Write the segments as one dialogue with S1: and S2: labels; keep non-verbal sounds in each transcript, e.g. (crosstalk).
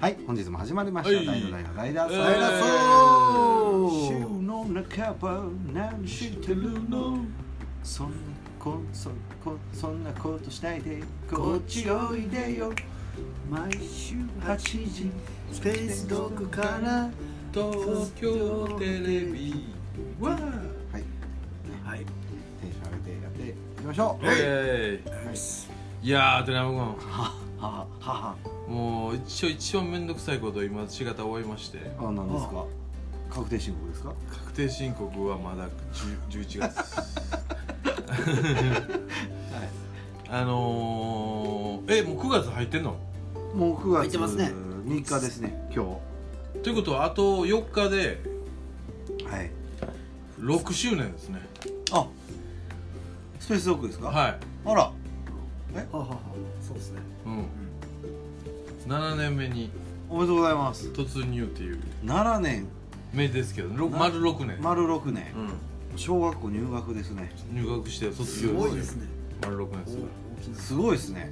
S1: はい本日も始まりました
S2: はい
S1: 大の大の大だ
S2: えー
S1: 大だそう週の半ば何してるのそんなこそこそんなことしないでこっちおいでよ毎週8時スペースドッグから
S2: 東京テレビは
S1: はい
S3: は
S1: テ
S3: い。
S1: ンション上げてやっていきましょう
S2: え
S1: はい
S2: ーいやー寺山
S1: ははは
S2: 君もう一応一番面倒くさいことを今しがた終えまして
S1: はあ何ですか確定申告ですか
S2: 確定申告はまだ10 11月
S1: (laughs)
S2: あのー、えもう9月入ってんの
S1: もう9
S3: 入っ
S1: 月
S3: てますね
S1: 3日ですね今
S2: ということはあと4日で
S1: 日はい
S2: 6周年ですね
S1: あスペースドッグですか
S2: はい
S1: あら
S3: ははは。そうですね。
S2: うん7年目に
S1: おめでとうございます
S2: 突入っていう
S1: 7年
S2: 目ですけどろ
S1: な
S2: 丸6年、
S1: 丸6年
S2: うん、
S1: 小学校入学ですね
S2: 入学して卒
S3: す
S2: 業
S3: ごいですね。
S2: 丸6年ですよ
S3: 大きな。
S1: すごいですね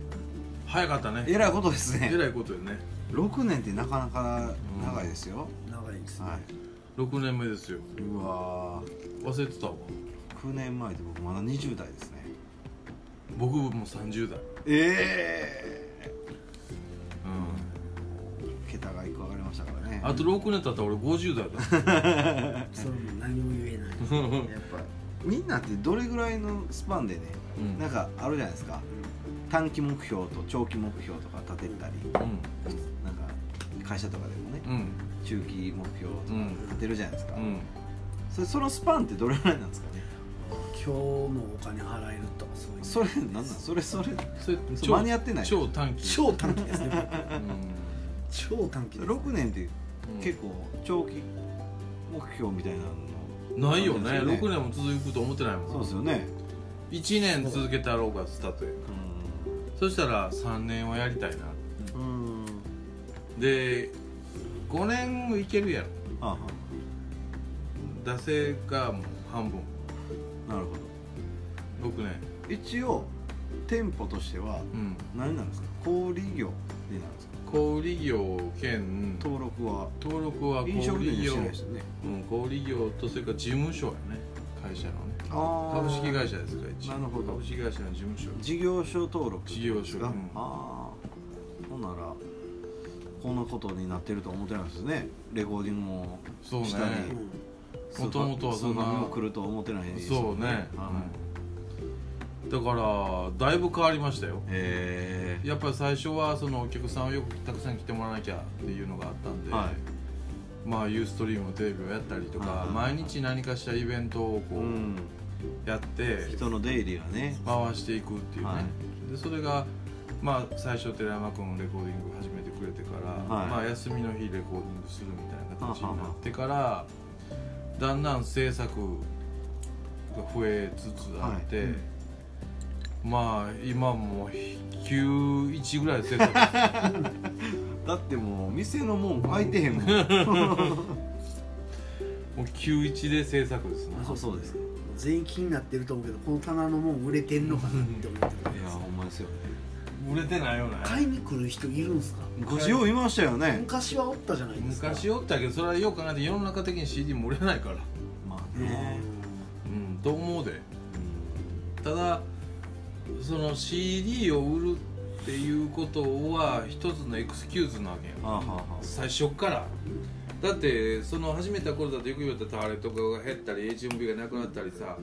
S2: 早かったね
S1: えらいことです
S2: え
S1: ね
S2: らいことよね
S1: 6年ってなかなか長いですよ、
S3: 長いですね。
S1: は
S2: 6年目ですよ
S1: い、うわ
S2: 忘れてたわ
S1: 9年前って僕まだ20代ですね
S2: 僕も30代
S1: え
S2: うん
S1: え桁が1個上がりましたからね
S2: あと6年経ったら俺50代だ
S3: それも何も言えない。
S1: (laughs) やっぱみんなってどれぐらいのスパンでね、
S2: うん
S1: なんかあるじゃないですか短期目標と長期目標とか立てたり
S2: うん
S1: なんか会社とかでもね
S2: うん
S1: 中期目標とか立てるじゃないですか、
S2: うん
S1: それそのスパンってどれぐらいなんですかね
S3: 今日もお金払えるとかそういう。
S1: それなんなんそれそれ
S2: それ
S1: そう間に合ってない
S2: 超短期
S3: 超短期ですね。
S2: (laughs) うん
S3: 超短期です。
S1: 6年って
S2: うん
S1: 結構長期目標みたいなの
S2: ないよね
S1: あるんです
S2: 6年も続くと思ってない
S1: そう
S2: もん
S1: ですよね
S2: 1年続けたろうがスタートやそしたら3年はやりたいな
S1: うんうん
S2: で5年もいけるやろ
S1: あは
S2: 惰性がもう半分
S1: なるほ
S2: 6年
S1: ど一応店舗としては
S2: うん
S1: 何なんですか小売業でなんですか
S2: 小売業兼
S1: 登録は
S2: 登録は
S1: 飲
S2: 小
S1: 食
S2: 売
S1: 店にし
S2: 業
S1: てないですよね
S2: うん、小売業とそれから事務所やね会社のね
S1: あ
S2: 株式会社ですから一応
S1: なるほど
S2: 株式会社の事務所
S1: 事業所登録
S2: 事業所
S1: ですか、
S2: うん
S1: ああほんならこんなことになってるとは思ってないですねレコーディングも
S2: そうね
S1: 下に
S3: うん。
S1: スーパー
S2: もともとはそんな
S1: スーパーにも来るとは思ってないです
S2: そうね、
S1: はい
S2: うんだからだいぶ変わりましたよ
S1: え
S2: やっぱり最初はそのお客さんをよくたくさん来てもらわなきゃっていうのがあったんで、
S1: は
S2: まあユーストリームのテレビをやったりとか、
S1: はい
S2: 毎日何かしたイベントを
S1: ーう
S2: こ
S1: ん、
S2: うやって
S1: 人の出入りがね
S2: 回していくっていうね、
S1: は
S2: でそれがまあ最初寺山君のレコーディング始めてくれてから、
S1: はい
S2: まあ休みの日レコーディングするみたいな形になってからだんだん制作が増えつつあって、
S3: はい
S2: まあ今もう91ぐらいで制作してる
S1: だってもう店の門開いてへん
S2: (laughs)
S1: もん
S2: もう91で制作ですね
S1: あそうですね
S3: 全員気になってると思うけど、この棚のもん売れてんのかなって思ってる
S1: いやほんまですよね
S2: 売れてないよね
S3: 買いに来る人いるんすか。
S1: 昔よういましたよね
S3: 昔はおったじゃないですか。
S2: 昔おったけどそれはよく考えて世の中的に CD も売れないから
S1: まあ
S3: うん。
S1: ね、
S2: うんと思うでただその CD を売るっていうことは一つのエクスキューズなわけや
S1: うん、あはは
S2: 最初っからだってその始めた頃だとよく言われたタワレとかが減ったり HMV がなくなったりさ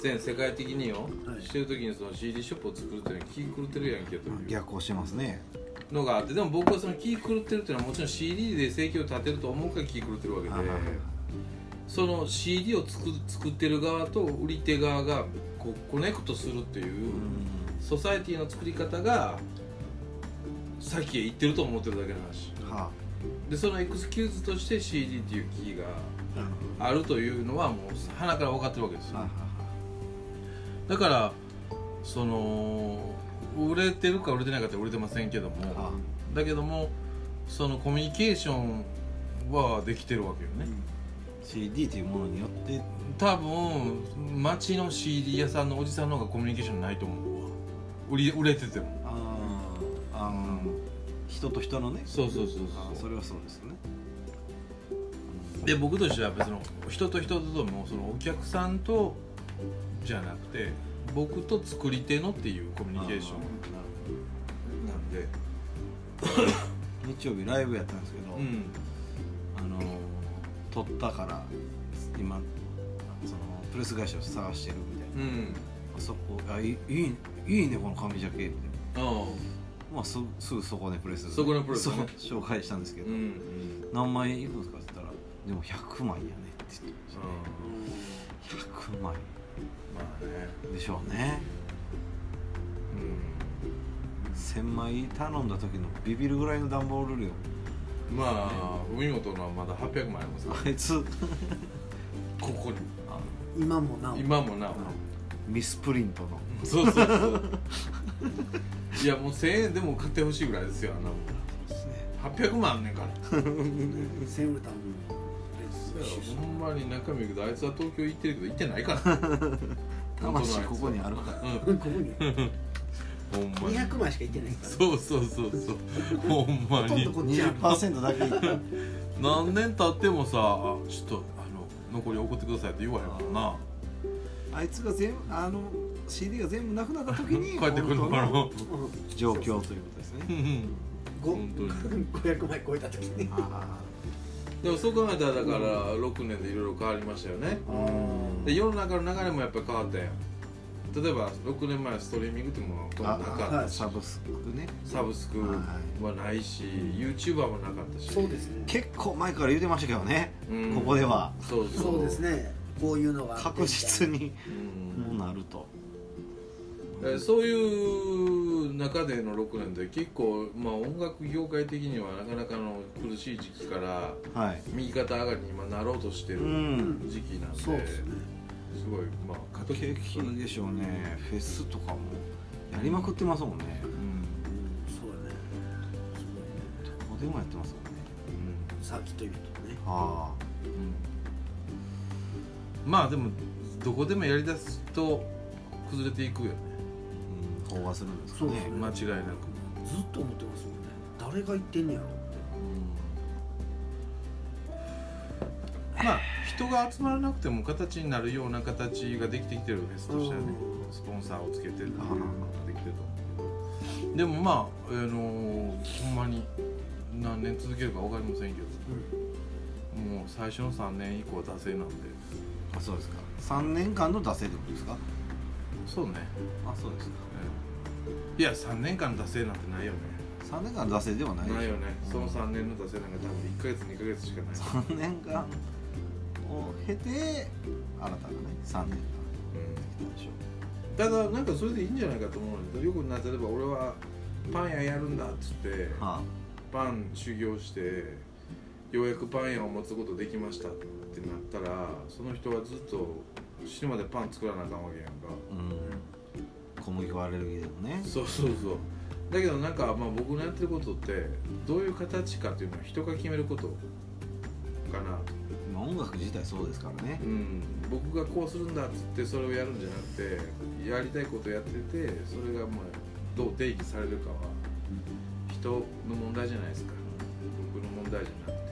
S2: 全世界的によ、
S3: はい
S2: してる時にその CD ショップを作るっていうのは気狂ってるやんけという
S1: 逆行してますね
S2: のがあってでも僕はその気狂ってるっていうのはもちろん CD で生計を立てると思うから気狂ってるわけで
S1: はいはいはい
S2: その CD を作作ってる側と売り手側がこうコネクトするっていうう、
S1: ん
S2: ソサエティの作り方が先へ行ってると思ってるだけの話
S1: は
S2: でそのエクスキューズとして CD っていうキー
S1: あはい
S2: があるというのはもう鼻から分かってるわけですよ、
S1: はいはい
S2: だからその売れてるか売れてないかって売れてませんけども、
S1: は
S2: だけどもそのコミュニケーションはできてるわけよね、
S1: CD というものによって
S2: 多分街の CD 屋さんのおじさんの方がコミュニケーションないと思うわ売り売れてても
S1: あああの人と人のね
S2: そうそうそう
S1: あ
S2: そ
S1: それはそうですよね
S2: うで僕としてはやっぱりその人と人とともそのお客さんとじゃなくて僕と作り手のっていうコミュニケーショ
S1: あ
S2: ン
S1: ーなる
S2: なんで
S1: ほど日曜日ライブやったんですけど、
S2: うん
S1: あの撮ったから今そのプレス会社を探してるみたいな、
S2: うん
S1: あそこあいいいいいいねこの紙ジャケみたいな
S2: ああ
S1: まあすすぐそこでプレス
S2: そこのプレスね
S1: そう紹介したんですけど、
S2: うん
S1: 何枚いるんですかって言ったらでも100枚やねって言ってましたね100枚
S2: まあね
S1: でしょうね1000枚頼んだ時のビビるぐらいの段ボール量
S2: うんまあ海本のはまだ800枚ありますから
S1: あいつ
S2: ここに
S1: あ
S3: 今もなお
S2: 今もなお
S1: ミスプリントの
S2: そうそうそういやもう1000円でも買ってほしいぐらいですよあの
S1: ですね
S2: 800万あんねんから
S3: セウルタンの
S2: ほんまに中身行くとあいつは東京行ってるけど行ってない (laughs) から
S1: 魂ここにあるから
S2: う
S3: ここに
S2: んほんまに
S3: 200枚しかいってないからね
S2: そうそうそうそうほんま
S3: ほとん
S2: に
S3: どこっちやん
S1: 20%だけ
S2: 何年経ってもさあちょっとあの残り送ってくださいって言わへんもんな
S1: (laughs) あいつが全部あの CD が全部なくなった時に
S2: 帰ってくるのかな
S1: 本
S3: うん
S1: 当状況ということです
S2: う
S1: ね
S2: ん
S3: ご
S2: 本当に
S3: 500枚超えた時に
S1: あ
S2: でもそう考えたらだから6年でいろいろ変わりましたよね
S1: あ
S2: で世の中の流れもやっぱり変わったやん例えば6年前はストリーミングってものがなか
S1: あ
S2: っ
S3: は
S2: た
S3: い
S2: し
S1: サブスクね
S2: サブスクはないし YouTuber もなかったし
S3: そうですね
S1: 結構前から言ってましたけどね、
S2: うん
S1: ここでは
S2: そうそう
S3: そうですねこういうのが
S1: 確実
S3: に
S1: に
S2: うん
S1: もうなると、
S2: えーそういう中での6年で結構、まあ、音楽業界的にはなかなかの苦しい時期から
S1: はい
S2: 右肩上がりに今なろうとして
S1: う
S2: る
S1: ん
S2: 時期なんで、
S3: そうですね
S2: すごいまあ過
S1: 景気でしょうねフェスとかもやりまくってますもんね
S2: うん
S3: うんそうだねすごいね
S1: どこでもやってますもんね
S3: サーキットイベントね
S1: あ
S2: うんまあでもどこでもやりだすと崩れていくよね
S1: あ、うん、飽和するんですか
S3: そうです
S1: ね
S2: 間
S3: ね
S2: 違いなく、
S3: ずっと思ってますもんね誰が言ってんねやろって
S2: まあ人が集まらなくても形になるような形ができてきてるフェスとしてはね
S3: うん
S2: スポンサーをつけてるっていうのができてると思うけどでもまあ、あのーほんまに何年続けるか分かりませんけどもう最初の3年以降は惰性なんで
S1: あそうですか3年間の惰性ってことですか
S2: そうね、
S1: あそうですか
S2: うんいや3年間の惰性なんてないよね
S1: 3年間の惰性ではないでしょ
S2: ないよねその3年の惰性なんか多分1ヶ月2ヶ月しかない、
S1: 3年間を経て新たなね3年間
S2: うん
S1: できたでしょ
S2: ただなんかそれでいいんじゃないかと思うんだけどよくな例えば俺はパン屋やるんだっつって
S1: うは
S2: パン修行してようやくパン屋を持つことできましたってなったらその人はずっと死ぬまでパン作らなあかんわけやんか
S1: あ、うん、小麦粉アレルギーでもね
S2: そうそうそうだけどなんかまあ僕のやってることってどういう形かっていうのは人が決めることかなと
S1: まあ音楽自体そうですからね
S2: うん、僕がこうするんだっつってそれをやるんじゃなくてやりたいことをやっててそれがまあどう定義されるかは人の問題じゃないですか僕の問題じゃなくて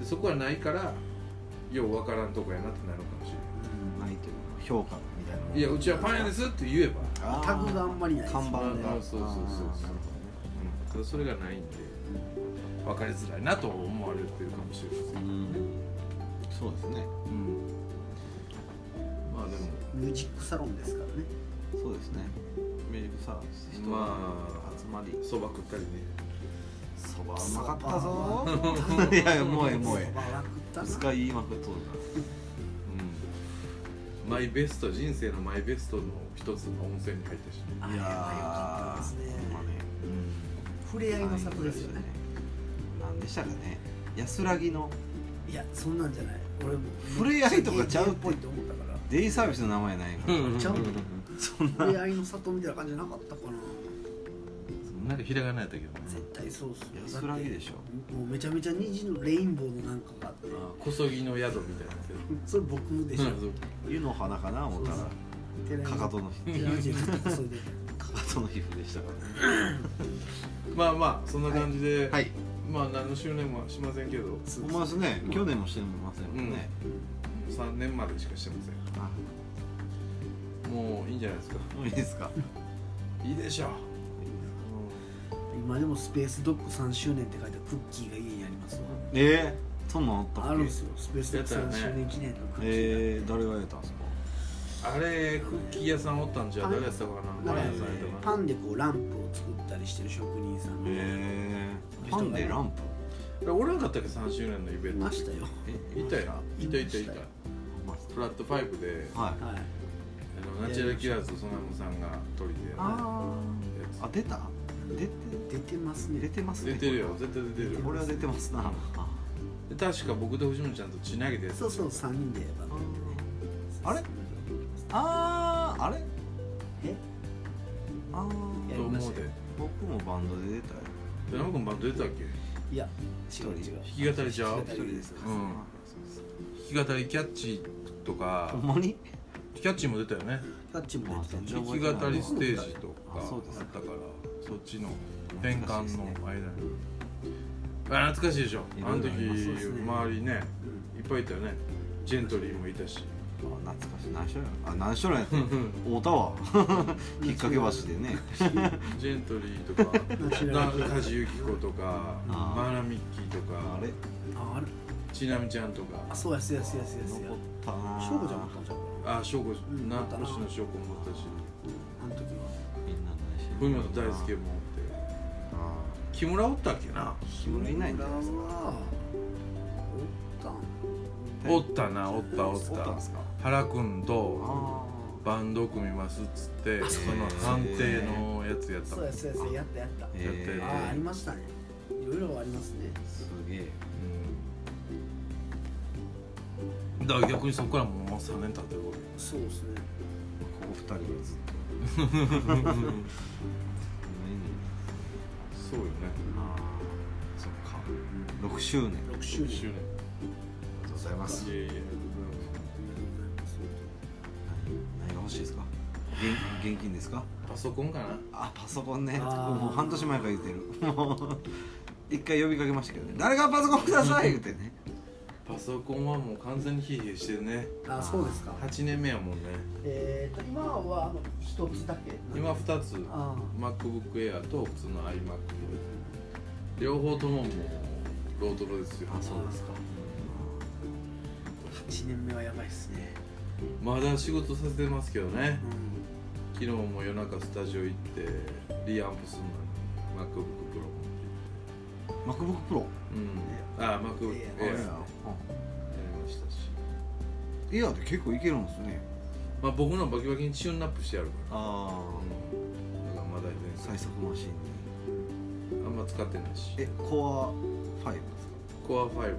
S2: でそこはないからよう分からんとこやなってなるかもし
S1: ないというの評価みたいなもの
S2: れないいやうちはパン屋ですって言えば、
S1: あー
S3: タグがあんまりないです
S1: 看板
S2: あ
S1: が
S2: ーそうそうそうそう
S1: あーなる
S2: うん、ただそれがないんで分かりづらいなと思われてるかもしれません、
S1: ほどねうんそうですね
S2: うん、まあでも
S3: ミュージックサロンですからね
S1: そうですねミュージックサービス人が集まり
S2: そば食ったりね
S1: そばうまかったぞ (laughs) いやいやもうええもうえ
S3: そばは食った
S1: え
S3: な
S1: 使いまくっとる
S2: うんマイベスト人生のマイベストの一つの温泉に入ったし、
S1: な
S3: あれは良かったですね
S1: ほんまね
S3: 触れ合いの里ですよね
S1: 何でしたかね安らぎの
S3: いやそんなんじゃない俺も
S1: 触れ合いとかちゃうって
S3: っぽいと思ったから
S1: デイサービスの名前ないから
S3: ちゃう
S1: そんな
S3: 触れ合いの里みたいな感じじゃなかったかな
S2: なんかひらがなやったけどね
S3: 絶対そうっすよ
S1: 安らぎでしょ
S3: ょもうめちゃめちゃ虹のレインボーのなんかがあって
S2: あ小そぎの宿みたいなやつや
S3: それ僕でしょ
S1: 湯の花かな思った
S3: そう
S1: ら
S3: 寺山
S1: かかとの
S3: 寺山ちょっとそれで
S1: かかとの皮膚でしたからね
S2: まあまあそんな感じで、
S4: はい
S2: まあ何の修練もしませんけど
S1: 思いますね去年もしてませんもんね、
S2: 3年までしかしてませ
S1: あ
S2: んもういいんじゃないですか
S1: もういいですか
S2: いいでしょう
S3: 今でもスペースドッグ3周年って書いたクッキーが家にありますわ
S1: えー、そんなんあったっけ
S3: あるんですよスペースドッグ3周年記念のクッキー
S1: えー、誰がやったんですか
S2: あれクッキー屋さんおったんじゃ
S3: あ
S2: 誰やったかなパ
S3: なん
S2: ン屋さ
S3: かね
S2: んやった
S3: パ
S2: かな
S3: ンでこうランプを作ったりしてる職人さんが
S1: えー、パンでランプ
S2: えおらんかったっけ3周年のイベ
S3: い
S2: ント
S3: ましたよ
S2: いたよいたいたいた
S3: いま
S2: フラットファイブで
S1: はい
S3: はい
S2: あのナチュラルキラーズとソナムさんが取りでやっ
S1: あー
S2: たや
S1: あ出た出て
S3: 出てます
S1: 出
S3: ね
S1: てます
S2: つ
S1: ね
S2: 出てるよ絶対出てるよ
S1: これは出てますなあ
S2: で確か僕と藤本ちゃんと血投げてやつ
S3: そうそう3人でバンドでね
S1: あれあーあれ
S3: え
S1: あ
S2: と
S1: ー
S2: 思う
S3: やりました
S2: で
S3: よ
S1: 僕もバンドで出たよ
S2: で山君バンド出てたっけ
S3: いや違
S1: 人
S3: う違
S2: 弾
S3: う
S2: き語りちゃう
S3: 弾
S1: 一人ですか、
S2: うん弾き語りキャッチとか
S1: ほんまに
S2: キャッチも出たよね
S3: タッチもできたんで
S1: じゃあ
S2: 弾き語りステージとかあ
S1: あ
S2: っ
S1: そうです
S2: たからそっちの転換の間にあ懐かしいでしょ
S1: いろいろ
S2: あの時
S1: あります
S3: ね
S2: 周りねいっぱいいたよねジェントリーもいたし
S1: あ懐かしい何しろやあ何しろや
S2: (laughs)
S1: って太田は引っ掛け橋でね
S2: ジェントリーとか
S3: ナチュラ
S2: な
S3: ル
S2: 梶由紀子とか
S1: あー
S2: マーラミッキーとか
S1: あれ
S3: ああれ
S2: ちなみちゃんとか
S3: あそうやそうやそうやそうやそうや
S1: 残ったな
S3: 翔子ちゃんもあったんじゃん
S2: あ翔子
S3: ん
S2: な
S3: あったな
S2: 星野翔子もあったし
S3: あの時は
S1: みんなのね
S2: 文本大輔もおって木村おったっけな
S1: 木村いないんじゃないですか
S3: はおったん
S2: おったなおったおっ
S1: おったん
S2: た
S1: ですか
S2: 原君と
S1: あ
S2: バンド組みますっつってその判定のやつやった
S3: そう
S2: もん
S3: やそうやそうややったやった
S1: ーえ
S2: や
S3: あ
S2: った
S3: ああ
S2: や
S3: あ
S2: っ
S3: りましたねいろいろありますね
S1: ー、すげえ
S2: うんだから逆にそこからもう3年経ってるわ
S3: そうですね
S1: ここ二人はずっと
S2: け
S1: 目に
S2: そうよね
S1: あーそっか六周年
S3: 6周
S2: 10
S3: 年
S2: 周
S1: ありがとうございます
S2: 年いえいえ
S1: 何が欲しいですか現現金ですか
S2: パソコンかな
S1: あパソコンね
S3: あー
S1: もう半年前から言ってるもう一回呼びかけましたけどね誰がパソコンください言ってね
S2: パソコンはもう完全にヒーヒーしてるね
S3: あそうですか
S2: 8年目やもんね
S3: えーと今はあの一つだけ
S2: 今2つ
S3: あ
S2: MacBook Air と普通の iMac 両方とももうロードロですよ
S1: あそうですか
S3: あ8年目はやばいっすね
S2: まだ仕事させてますけどね
S3: うん
S2: 昨日も夜中スタジオ行ってリアンプすんのに MacBookPro
S1: MacBook Pro
S2: うんあ MacBook
S3: え
S2: Air
S3: え
S2: やりましたし
S1: エアーって結構いけるんですね
S2: まあ僕のバキバキにチューンナップしてやるか
S1: あ
S2: らうんだからまだ全
S1: 最速マシンに
S2: 然あんま使ってないし
S1: えコア5です
S2: コア5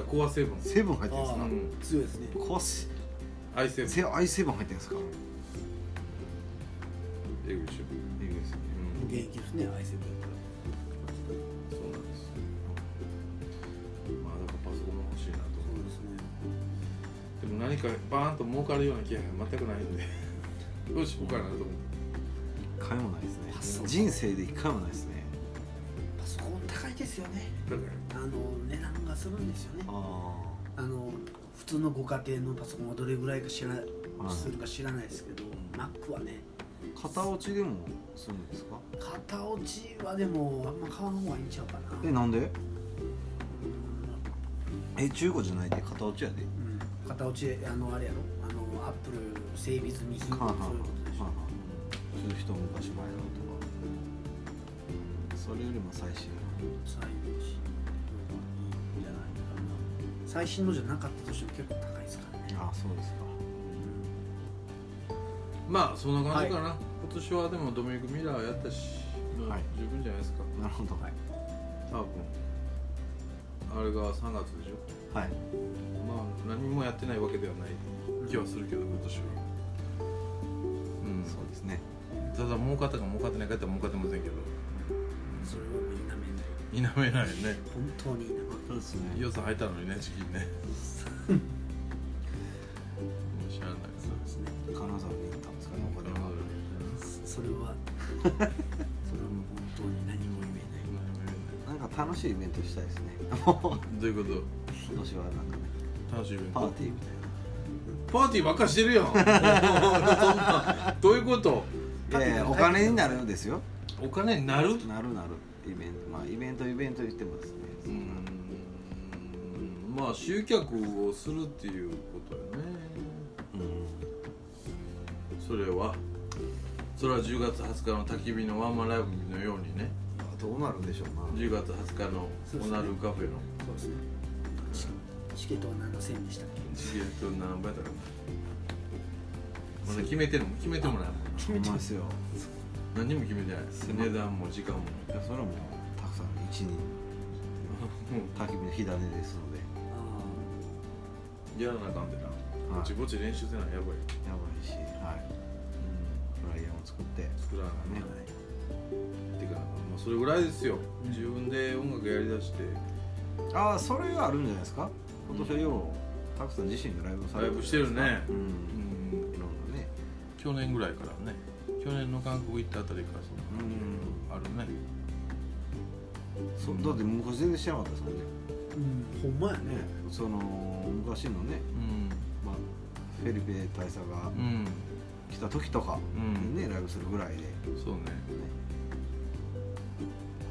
S2: あコア7
S1: かセブン入ってるんです
S2: う
S1: か
S3: あ
S2: ん
S3: 強いですね
S1: コアセ
S2: i7
S1: セ i7 入ってるんですか
S2: えぐいでしょ
S1: いいですね
S2: うん
S3: 現役ですね i7 やった
S2: そ
S3: ら
S2: うなんですまあだからパソコンも欲しいなと
S3: そう
S2: 思
S3: ですね
S2: うでも何かバーンと儲かるような気配が全くないんで (laughs) どうしようかなと思って
S1: 一回もないです
S3: あそう
S1: ね人生で一回もないですね
S3: パソコン高いですよね
S2: だから
S3: あの値段がするんですよね
S1: ああ
S3: あの普通のご家庭のパソコンはどれぐらいか知ら、
S1: はい
S3: するか知らないですけど Mac はね
S1: 片落ちでもするんですか
S3: 片落ちはでもあんま買わん方がいいんちゃうかな
S1: えなんでえ中古じゃないで片落ちやで
S3: うん片落ちあのあれやろあのアップル整備済み品
S1: は
S3: と
S1: あ
S3: か
S1: はあ
S3: そういうことでしょ
S1: はあちょっと一昔前のとかそれよりも最新
S3: 最新のいいんじゃないかな最新のじゃなかったとしても結構高いですからね
S1: ああそうですか
S2: まあそんな感じかな、今年はでもドミニク・ミラーやったし、まあ
S1: はい
S2: 十分じゃないですか
S1: なるほどはい、
S2: 多分あれが3月でしょまあ何もやってないわけではない気はするけど今年はうん
S1: そうですね
S2: ただ儲かったか儲かってないかって言ったら儲かってませんけど
S3: それはもう否めな
S2: 否めな
S3: い
S2: いよね
S3: 本当に否めない
S1: そうですね
S2: 予算入ったのにねチキンねもう知らないです
S3: そう
S1: 金
S3: ですね
S1: 沢に行ったんですかねお金は
S3: それはそれはもう本当に何も
S1: 楽しいイベントしたいですね今
S2: どういうこ
S1: 年はなんかね
S2: と楽しいイベン
S1: パー
S2: ト
S1: ティーみたいな
S2: パーティーばっかしてるやん (laughs) そんなどういうこと
S1: いやいやお金になるんですよ
S2: お金になる
S1: なるなるイベントまあイベントイベント言ってますね
S2: うーんまあ集客をするっていうことよね
S1: うん
S2: それはそれは10月20日の焚き火のワンマンライブのようにね
S1: どうなるんでしょうな
S2: 10月20日の
S3: そうです
S2: オ
S3: ね
S2: ナルカフェの
S3: そうですねチチケットは7000円でしたっけ
S2: チケット何倍だろうまだ決めてるも決めてもないもん
S3: 決
S1: ほ
S3: め
S1: ん
S3: ちゃ
S1: ま
S3: う
S1: ですよ
S2: な何にも決めてない
S1: すまん
S2: 値段も時間も
S1: いやそれはもうたくさん一人焚き火の火種ですので
S3: あ
S2: やらなあかんでな
S1: はい
S2: ぼちぼち練習せなやばい、
S1: やばいしはいフライヤーを作ってね
S2: 作らなあかんね
S3: ー
S2: ってか、まあ、それぐらいですよ自分で音楽やりだして
S1: ああそれがあるんじゃないですか今年はようたくさん自身でライブをされ
S2: ライブしてるね
S1: う
S2: うんん
S1: いろんなね
S2: 去年ぐらいからね去年の韓国行ったあたりからその
S1: う
S2: あるね
S1: そだって昔全然知らなかったですもんね
S3: うんほんまや
S1: ね
S3: ね
S1: その昔のね、
S2: うん
S1: まあ、フェリペ大佐が
S2: うん
S1: 来た時とか
S2: うん
S1: にね、ライブするぐらいで、ね、
S2: そうね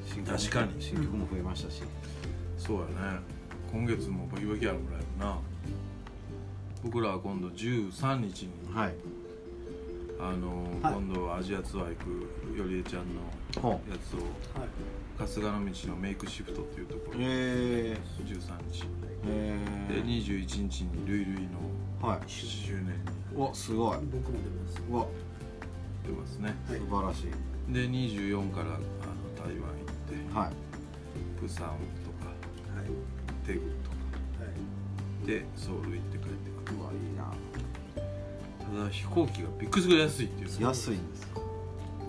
S1: 新曲も
S2: 確かに
S1: 新曲も増えましたし、
S2: そうやね今月もバキバキやるライブな僕らは今度13日に、
S1: はい
S2: あの
S3: はい
S2: 今度はアジアツアー行くよりえちゃんの
S1: ほ
S2: やつを
S3: はい
S2: 春日の道のメイクシフトっていうところ、
S1: え
S2: 13日
S1: ー、え
S2: で
S1: ー、
S2: 21日にルイルイの
S1: はい
S2: 1周年に
S1: うわすごい
S3: 僕も出ます
S1: うわ
S2: 出ますね
S1: 素晴らしい
S2: で24からあの台湾行って
S1: はい
S2: プサンとか
S3: はい
S2: テグとか
S3: はい
S2: でソウル行って帰ってくる
S1: うわいいな
S2: ただ飛行機がびっくりするぐらい安いっていうね
S1: 安いんですよ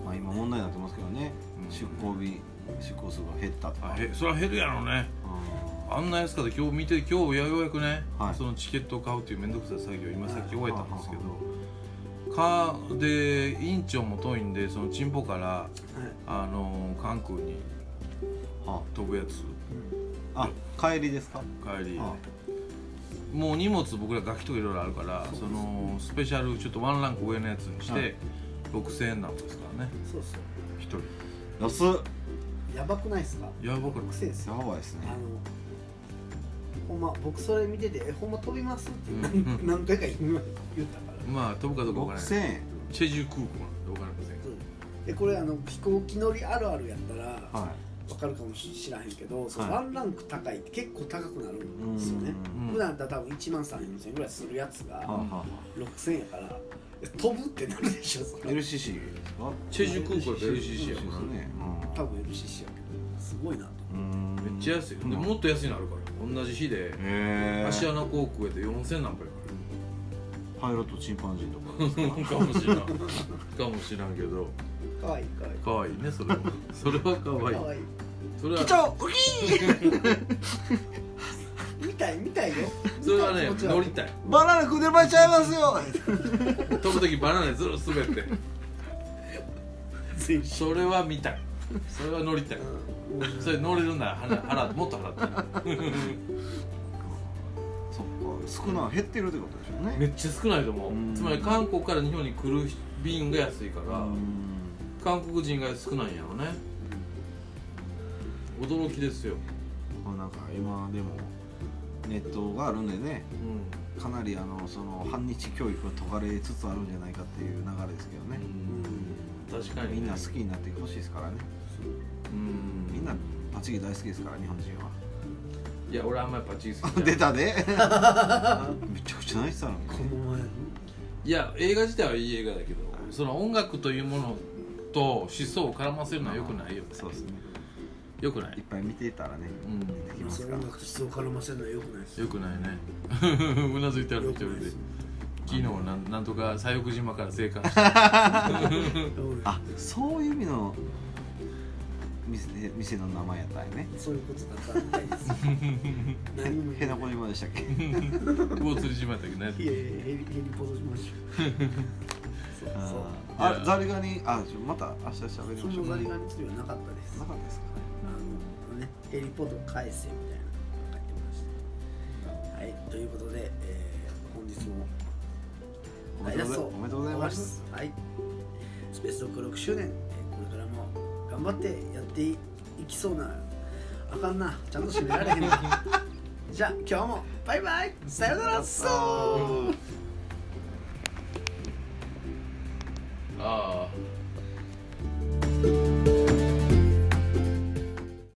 S1: まあ今問題になってますけどね、
S2: うん
S1: 出航日出航数が減ったと
S2: あ
S1: か
S2: へそれは減るやろね
S1: うん
S2: あんな安かった今日見て今日ようやくね、
S1: はい
S2: そのチケットを買うっていう面倒くさい作業を今さっき終えたんですけど
S1: は
S2: かで院長も遠いんでそのチンポから
S3: はい
S2: あの関空に
S1: は
S2: 飛ぶやつ
S1: ああ帰りですか
S2: 帰り
S1: は
S2: もう荷物僕ら楽器とかいろいろあるからそのスペシャルちょっとワンランク上のやつにし
S1: は
S2: て
S1: い
S2: 6000円なんですからね
S3: そうそ
S2: 1
S3: う
S2: 人
S1: 安っ
S3: やばくないですか
S2: やばくない
S3: 僕せいです
S1: や
S3: よ
S1: ばいです
S3: あ
S1: ね
S3: のほんま僕それ見てて「えほんま飛びます?」って
S2: う
S3: 何,、
S2: んうん
S3: 何回か言う言ったから
S2: まあ飛ぶかどうかわから
S1: 6000
S2: ない
S1: 円
S2: チェジュ空港なんでわからないですね
S3: そうでこれあの飛行機乗りあるあるやったら、
S1: は
S3: わかるかもしれへんけど、そ
S1: は
S3: の
S1: い
S3: ワンランク高いって結構高くなる
S1: い
S3: んですよね、
S2: うん
S3: 普段だったら多分1万3000円ぐらいするやつ
S1: はあ
S3: が
S1: はあは
S3: 6000円やからえ飛ぶってなるでしょそ
S1: あ
S3: れ
S1: LCC ですか
S2: チェジュ空港って LCC や
S1: そうです
S2: もんね
S1: ね
S3: 多分 LCC やけどすごいなと
S1: うん
S2: めっちゃ安いでもっと安いのあるから同じ日で
S1: へえ
S2: 芦屋の航空やで4000何倍やから
S1: パイロットチンパンジーとかですか
S2: かもしらんかもしらんけど
S3: かわいいかわい
S2: 可愛い
S3: い
S2: ねそれはそれは可愛い
S3: かわいい
S2: それ
S3: 機
S2: は
S3: 長ウキー見たい見たいよ
S2: それはね
S3: 気持ち悪い
S2: 乗りたい
S1: バナナくでばれちゃいますよ
S2: 飛ぶ時バナナずる滑って
S3: 全身
S2: それは見たいそれは乗りたい
S3: うんうん
S2: それ乗れるなら払払もっと払って
S1: そっか少ない減ってるってことでしょうね
S2: めっちゃ少ないと思
S1: うん
S2: うつまり韓国から日本に来る便が安いか
S1: う
S2: ら
S1: ん
S2: 韓国人が少ないんやろね驚きですよ
S1: まあなんか今でもネットがあるんでね
S2: うん
S1: かなりあのその反日教育が解かれつつあるんじゃないかっていう流れですけどね、
S2: うん確かにね
S1: みんな好きになってほしいですからね
S2: うん
S1: みんなパチギ大好きですから日本人はい
S2: や俺あんまりパチン好きじゃない
S1: (laughs) 出たでめちゃくちゃ泣いてたのに
S3: この前の
S2: いや映画自体はいい映画だけどその音楽というものと思想を絡ませるのはよくないよ
S1: そうですね
S2: よくないい
S1: っぱい見ていたらね
S2: うん
S1: 出てきます
S3: そ
S1: か
S3: の
S1: ら
S3: 音楽と質を絡ませるのはよくないです
S2: よくないね (laughs) うなずいてある
S3: よ
S2: 一
S3: く
S2: 人
S3: ない
S2: で
S3: です
S2: 昨日なんなんとか左翼島から生還
S3: (laughs)
S2: した
S3: うん
S1: あそういう意味の店店の名前やったんやね
S3: そういうことだったみたいです何も
S1: へ
S3: 言え
S1: な
S3: ない
S1: こ島でしたっけ
S2: 魚釣り島やったけどね
S3: いやいやヘリヘリポーズしましょうそうそう
S1: あーあザリガニあちょまた明日喋り
S3: そ
S1: ましょ
S3: の
S1: う
S3: ザ
S1: な
S3: リガニ釣りはなかったです。あ
S1: かったですか
S3: のねヘリポートを返せみたいなのが書いてましたはいということで、えー本日も
S1: おめでとうございおめでとうございます。
S3: はい。スペースドッグ6周年、えーこれからも頑張ってやっていきそうな、あかんな、
S1: (laughs)
S3: ちゃんと締められへんな。じゃあ、今日もバイバイ、さよなら、そう。